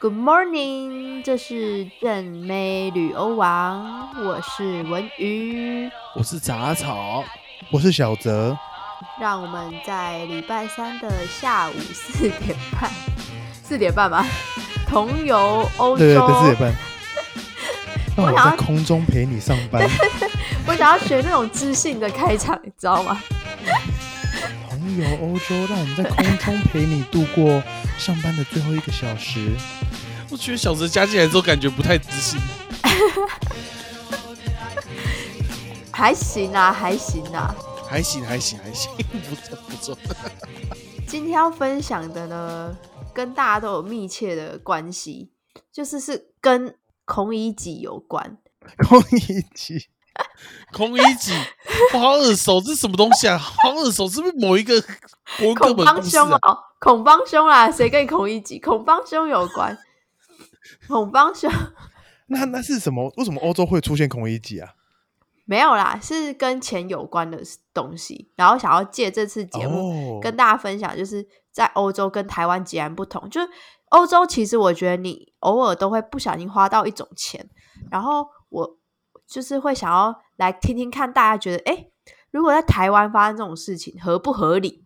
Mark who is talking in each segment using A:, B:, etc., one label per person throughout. A: Good morning，这是正妹旅欧王，我是文鱼。
B: 我是杂草，
C: 我是小泽，
A: 让我们在礼拜三的下午四点半，四点半吧，同游欧洲。
C: 对对对，四点 半。那
A: 我
C: 我
A: 想要
C: 在空中陪你上班，
A: 我想要学那种知性的开场，你知道吗？
C: 同游欧洲，让我们在空中陪你度过上班的最后一个小时。
B: 我觉得小泽加进来之后感觉不太自信。
A: 还行啊，还行啊。
B: 还行，还行，还行，不错不 错。
A: 今天要分享的呢，跟大家都有密切的关系，就是是跟孔乙己有关。
C: 空一 集，
B: 孔乙己，我好耳熟，这是什么东西啊？好耳熟，是不是某一个国文课
A: 孔
B: 本
A: 帮
B: 故事
A: 凶
B: 啊？
A: 哦，孔帮凶啦，谁跟孔乙己、孔帮凶有关？孔帮凶
C: 那那是什么？为什么欧洲会出现空一集啊？
A: 没有啦，是跟钱有关的东西。然后想要借这次节目
C: 哦，
A: 跟大家分享，就是在欧洲跟台湾截然不同。就是欧洲，其实我觉得你偶尔都会不小心花到一种钱，然后我就是会想要来听听看大家觉得，哎，如果在台湾发生这种事情，合不合理？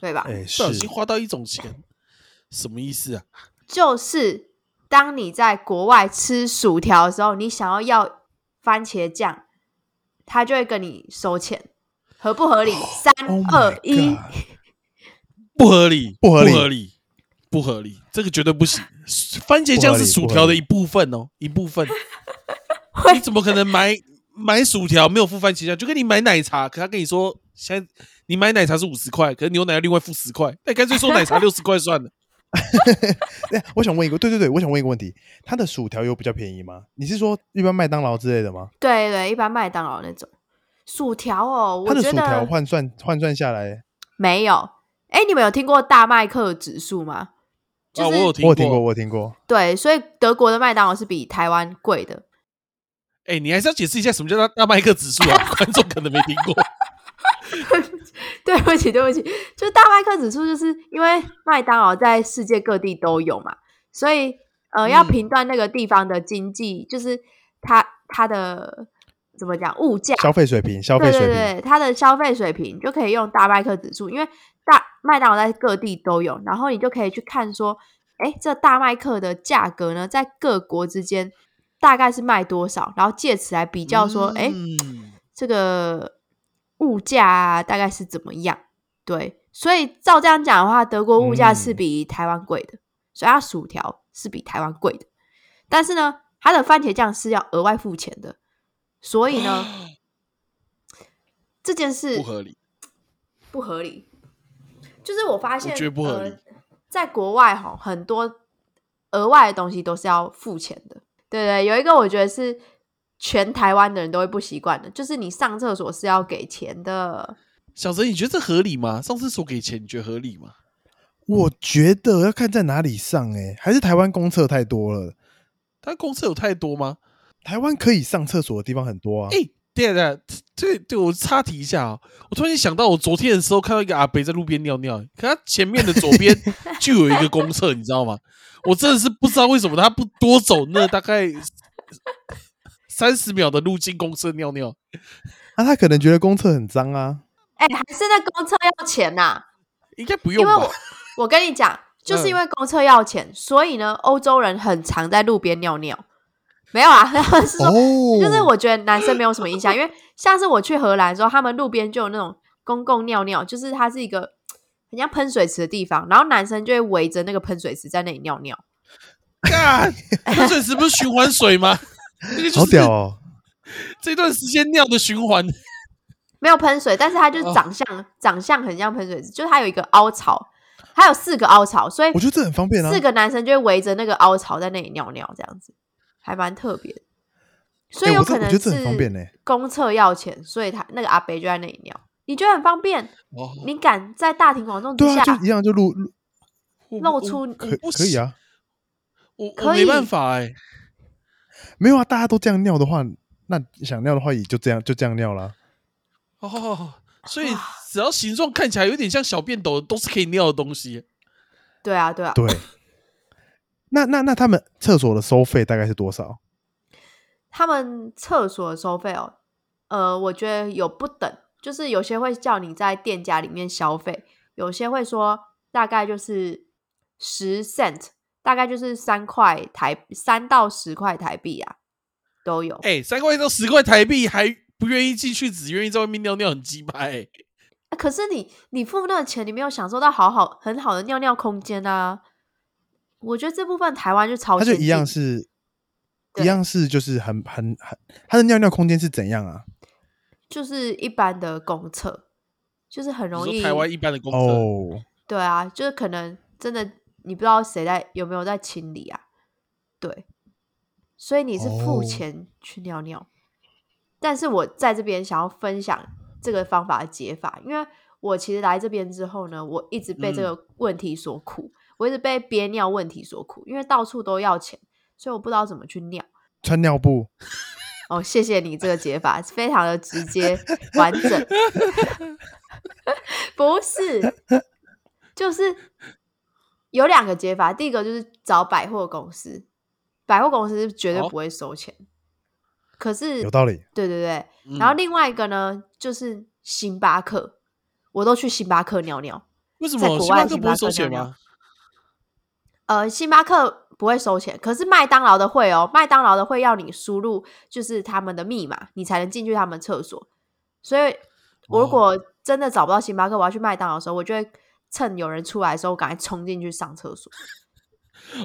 A: 对吧？
C: 哎，
B: 不
C: 是
B: 小心花到一种钱，什么意思啊？
A: 就是当你在国外吃薯条的时候，你想要要番茄酱，他就会跟你收钱，合不合理？三
C: Oh my
A: 二一，
C: God
B: 不合理，
C: 不合理
B: 不合理，不合理，这个绝对不行。番茄酱是薯条的一部分哦，一部分。你怎么可能买买薯条没有付番茄酱？就跟你买奶茶，可他跟你说现在你买奶茶是五十块，可是牛奶要另外付十块，那你干脆说奶茶六十块算了。
C: 哎，我想问一个，对对对，我想问一个问题，它的薯条有比较便宜吗？你是说一般麦当劳之类的吗？
A: 对对，一般麦当劳那种薯条哦，
C: 它
A: 我
C: 的
A: 觉
C: 薯条
A: 得
C: 换算换算下来，
A: 没有。哎，你们有听过大麦克指数吗？就
B: 啊，
A: 是、
B: 我有
C: 哦我有听
B: 听
C: 过，。我有听过。
A: 对，所以德国的麦当劳是比台湾贵的。
B: 哎、你还是要解释一下什么叫大大麦克指数啊？观众可能没听过。
A: 对不起，对不起，就大麦克指数，就是因为麦当劳在世界各地都有嘛，所以呃，要
B: 嗯
A: 评断那个地方的经济，就是它它的怎么讲物价，
C: 消费水平，消费
A: 对
C: 水
A: 对
C: 平，
A: 对，它的消费水平就可以用大麦克指数，因为大麦当劳在各地都有，然后你就可以去看说，哎，这大麦克的价格呢，在各国之间大概是卖多少，然后借此来比较说，哎、
B: 嗯
A: 这个物价、啊、大概是怎么样？对，所以照这样讲的话，德国物价是
C: 嗯
A: 比台湾贵的，所以它薯条是比台湾贵的。但是呢，它的番茄酱是要额外付钱的，所以呢，这件事
B: 不合理。
A: 不合理。就是我发现，
B: 我觉得不合理
A: 呃、在国外哈，很多额外的东西都是要付钱的。对对，有一个我觉得是全台湾的人都会不习惯的，就是你上厕所是要给钱的。
B: 小泽，你觉得这合理吗？上厕所给钱，你觉得合理吗？
C: 我觉得要看在哪里上、欸，还是台湾公厕太多了。
B: 他公厕有太多吗？
C: 台湾可以上厕所的地方很多啊。
B: 哎、对对对对，我插题一下啊、我突然间想到，我昨天的时候看到一个阿北在路边尿尿，可他前面的左边就有一个公厕，你知道吗？我真的是不知道为什么他不多走那大概三十秒的路径公厕尿尿。
C: 那、他可能觉得公厕很脏啊。
A: 哎，还是那公厕要钱呐、
B: 应该不用
A: 因为
B: 吧
A: 我？我跟你讲，就是因
C: 嗯
A: 为公厕要钱，所以呢，欧洲人很常在路边尿尿。没有啊， 是说
C: 哦，
A: 就是我觉得男生没有什么影响，因为像是我去荷兰的时候，他们路边就有那种公共尿尿，就是它是一个很像喷水池的地方，然后男生就会围着那个喷水池在那里尿尿。
B: 干，这水池不是循环水吗？这个就
C: 好
B: 是
C: 屌哦。
B: 这段时间尿的循环。
A: 没有喷水，但是它就是
B: 哦
A: 长相、长相很像喷水池，就是它有一个凹槽，它有四个凹槽，所以
C: 我觉得这很方便啊
A: 四。个男生就会围着那个凹槽在那里尿尿，这样子还蛮特别的。所以
C: 哎
A: 有
C: 我这
A: 可
C: 我
A: 能
C: 觉得这很方便呢
A: 是公厕要钱，所以他那个阿伯就在那里尿，你觉得很方便？
B: 哦，
A: 你敢在大庭广众之
C: 对
A: 下
C: 啊，就一样就露露
B: 我
A: 露出你
C: 可
B: 不
C: 可以啊，
B: 我我
A: 可以
B: 没办法哎、
C: 没有啊，大家都这样尿的话，那想尿的话也就这样就这样尿啦。
B: 哦，所以只要形状看起来有点像小便斗，都是可以尿的东西。
A: 对啊，对啊，
C: 对。那那那他们厕所的收费大概是多少？
A: 他们厕所的收费哦，呃，我觉得有不等，就是有些会叫你在店家里面消费，有些会说大概就是十 cent，大概就是三块台三到十块台币啊，都有。
B: 哎、三块到十块台币还不愿意进去，只愿意在外面尿尿，很鸡掰、欸。
A: 啊可是你你付那个钱，你没有享受到好好很好的尿尿空间啊。我觉得这部分台湾就超
C: 他就
A: 先
C: 一样
A: 进
C: 是，一
A: 对
C: 样是就是很很很，他的尿尿空间是怎样啊？
A: 就是一般的公厕，就是很容
B: 你
A: 易
B: 说台湾一般的公厕、
C: 哦，
A: 对啊，就是可能真的你不知道谁在有没有在清理啊，对，所以你是付
C: 哦
A: 钱去尿尿，但是我在这边想要分享这个方法的解法，因为我其实来这边之后呢，我一直被这个问题所苦，我一直被憋尿问题所苦，因为到处都要钱，所以我不知道怎么去尿。
C: 穿尿布，
A: 哦，谢谢你这个解法，非常的直接完整。 不是，就是有两个解法，第一个就是找百货公司，百货公司是绝对
B: 好
A: 不会收钱。可是，
C: 有道理。
A: 对对对，
B: 嗯
A: 然后另外一个呢，就是星巴克，我都去星巴克尿尿。
B: 为什
A: 在
B: 么
A: 国
B: 星巴
A: 外
B: 克
A: 星
B: 不会
A: 巴
B: 收
A: 克
B: 钱
A: 尿
B: 吗？
A: 呃，星巴克不会收钱，可是麦当劳的会哦，麦当劳的会要你输入就是他们的密码，你才能进去他们厕所。所以，我如
B: 哦
A: 果真的找不到星巴克，我要去麦当劳的时候，我就会趁有人出来的时候，我赶快冲进去上厕所。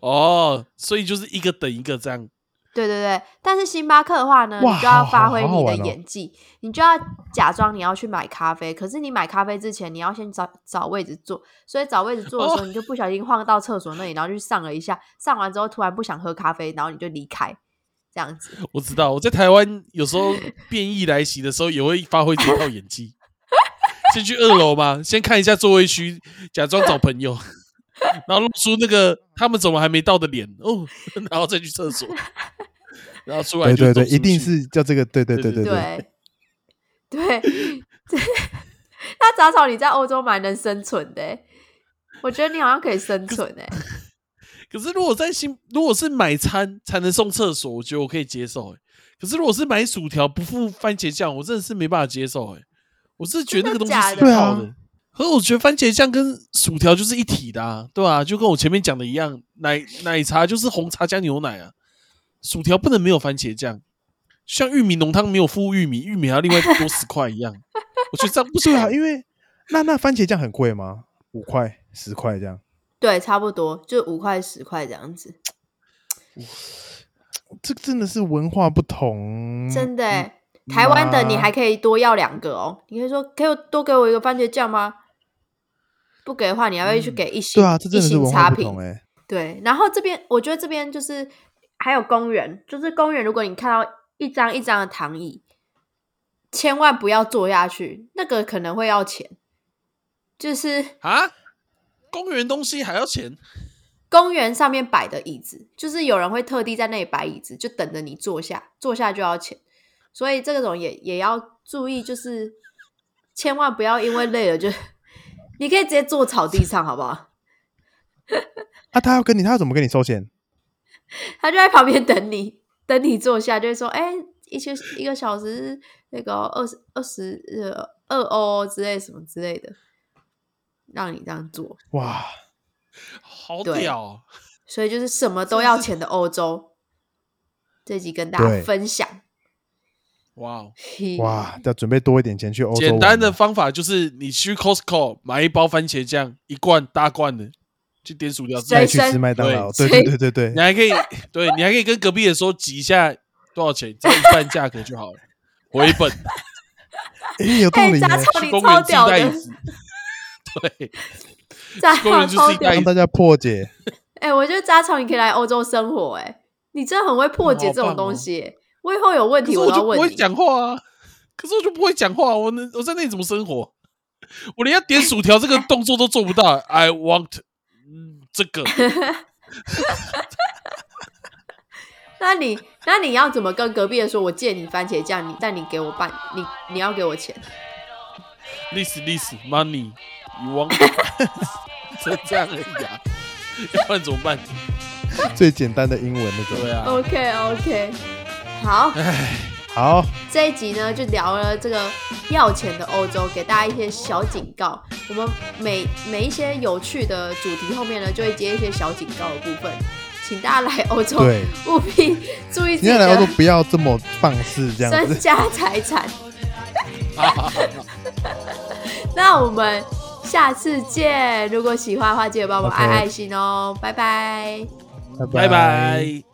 B: 哦，所以就是一个等一个这样。
A: 对对对，但是星巴克的话呢，
C: 哇
A: 你就要
C: 好
A: 发
C: 好
A: 挥
C: 好好
A: 你的
C: 玩哦
A: 演技，你就要假装你要去买咖啡，可是你买咖啡之前，你要先找找位置坐，所以找位置坐
C: 哦
A: 的时候，你就不小心晃到厕所那里，然后去上了一下，上完之后突然不想喝咖啡，然后你就离开，这样子。
B: 我知道，我在台湾有时候变异来袭的时候，也会发挥这套演技。先去二楼嘛，先看一下座位区，假装找朋友， 然后露出那个他们怎么还没到的脸哦， 然后再去厕所，然后出来
C: 对
B: 就
C: 对对，
B: 走出
C: 一定
B: 去
C: 是叫这个，对对
B: 对
C: 对
B: 对
C: 对
A: 对
C: 对，
A: 对 那杂草你在欧洲蛮能生存的欸，我觉得你好像可以生存哎。
B: 可是如果在新，如果是买餐才能送厕所，我觉得我可以接受、欸。可是如果是买薯条不附番茄酱，我真的是没办法接受、欸。我是觉得那个东西是
A: 真
B: 一
A: 的
C: 假
B: 套
C: 的对
B: 的。可是我觉得番茄酱跟薯条就是一体的、啊，对吧、就跟我前面讲的一样，奶奶茶就是红茶加牛奶啊，薯条不能没有番茄酱，像玉米浓汤没有附玉米，玉米还要另外多十块一样。我觉得这样不
C: 对啊，
B: 行
C: 因为那那番茄酱很贵吗？五块、十块这样，
A: 对，差不多就五块十块这样子，
C: 这真的是文化不同。
A: 真的
C: 嗯
A: 欸。台湾的你
C: 妈
A: 还可以多要两个哦，你可以说给我多给我一个番茄酱吗？不给的话，你还会去
B: 嗯
A: 给一星、
C: 对啊，这真
A: 一
C: 的是
A: 星
C: 文
A: 差
C: 化不
A: 评
C: 同哎。
A: 对，然后这边我觉得这边就是还有公园，就是公园，如果你看到一张一张的躺椅，千万不要坐下去，那个可能会要钱。就是
B: 啊！公园东西还要钱，
A: 公园上面摆的椅子，就是有人会特地在那里摆椅子，就等着你坐下，坐下就要钱。所以这种也也要注意，就是千万不要因为累了就， 你可以直接坐草地上，好不好？
C: 啊，他要跟你，他要怎么跟你收钱？
A: 他就在旁边等你，等你坐下，就会说：“哎、一些一个小时那个二十二十呃二欧之类什么之类的，让你这样做。
C: 哇，
B: 好
A: 对
B: 屌哦、”
A: 所以就是什么都要钱的欧洲，这集跟大
C: 对
A: 家分享。
B: 哇哦！
A: 嘿
C: 哇，要准备多一点钱去欧洲玩了。啊
B: 简单的方法就是你去 Costco 买一包番茄酱，一罐大罐的，去点薯条吃。
A: 随
C: 再去
A: 身
C: 吃麦当劳，
A: 对
C: 对对对对
B: 你
C: 对，
B: 还可以， 对你还可以跟隔壁的说挤一下多少钱，只要一半价格就好了，回 本。
C: 哎，有道
A: 哎、
C: 理耶
A: 杂，草
B: 去
A: 你
B: 公
A: 超
B: 园自己
A: 屌
B: 带
A: 的
B: 椅， 子。对，
A: 杂
B: 公
A: 草
B: 园就
A: 超
B: 自己
A: 屌
B: 带椅
A: 的。
C: 让大家破解。
A: 哎、我觉得杂草你可以来欧洲生活、哎，你真的很会破
B: 嗯
A: 解
B: 好
A: 这种
B: 棒
A: 东
B: 哦
A: 西、哎我以后有问
B: 可
A: 题
B: 是
A: 我
B: 我
A: 都要
B: 就不
A: 问
B: 会
A: 你。
B: 讲话啊，可是我就不会讲话啊，我能我在那里怎么生活？ 我连要点薯条这个动作都做不到。I want 嗯这个，
A: 那你那你要怎么跟隔壁的说？我借你番茄酱，你但你给我半，你你要给我钱。
B: this this money you want，只能这样而已啊，要不然怎么办？
C: 最简单的英文那种。
B: 对啊，
A: OK OK，好，
B: 哎，
C: 好，
A: 这一集呢就聊了这个要钱的欧洲，给大家一些小警告。我们每每一些有趣的主题后面呢，就会接一些小警告的部分，请大家来欧洲
C: 对，
A: 务必注意自
C: 你
A: 己
C: 要来欧
A: 的
C: 洲不要这么放肆这 样
A: 身
C: 子。
A: 家财产。那我们下次见。如果喜欢的话，记得帮我们
C: OK
A: 按爱心哦，拜拜。
B: 拜拜。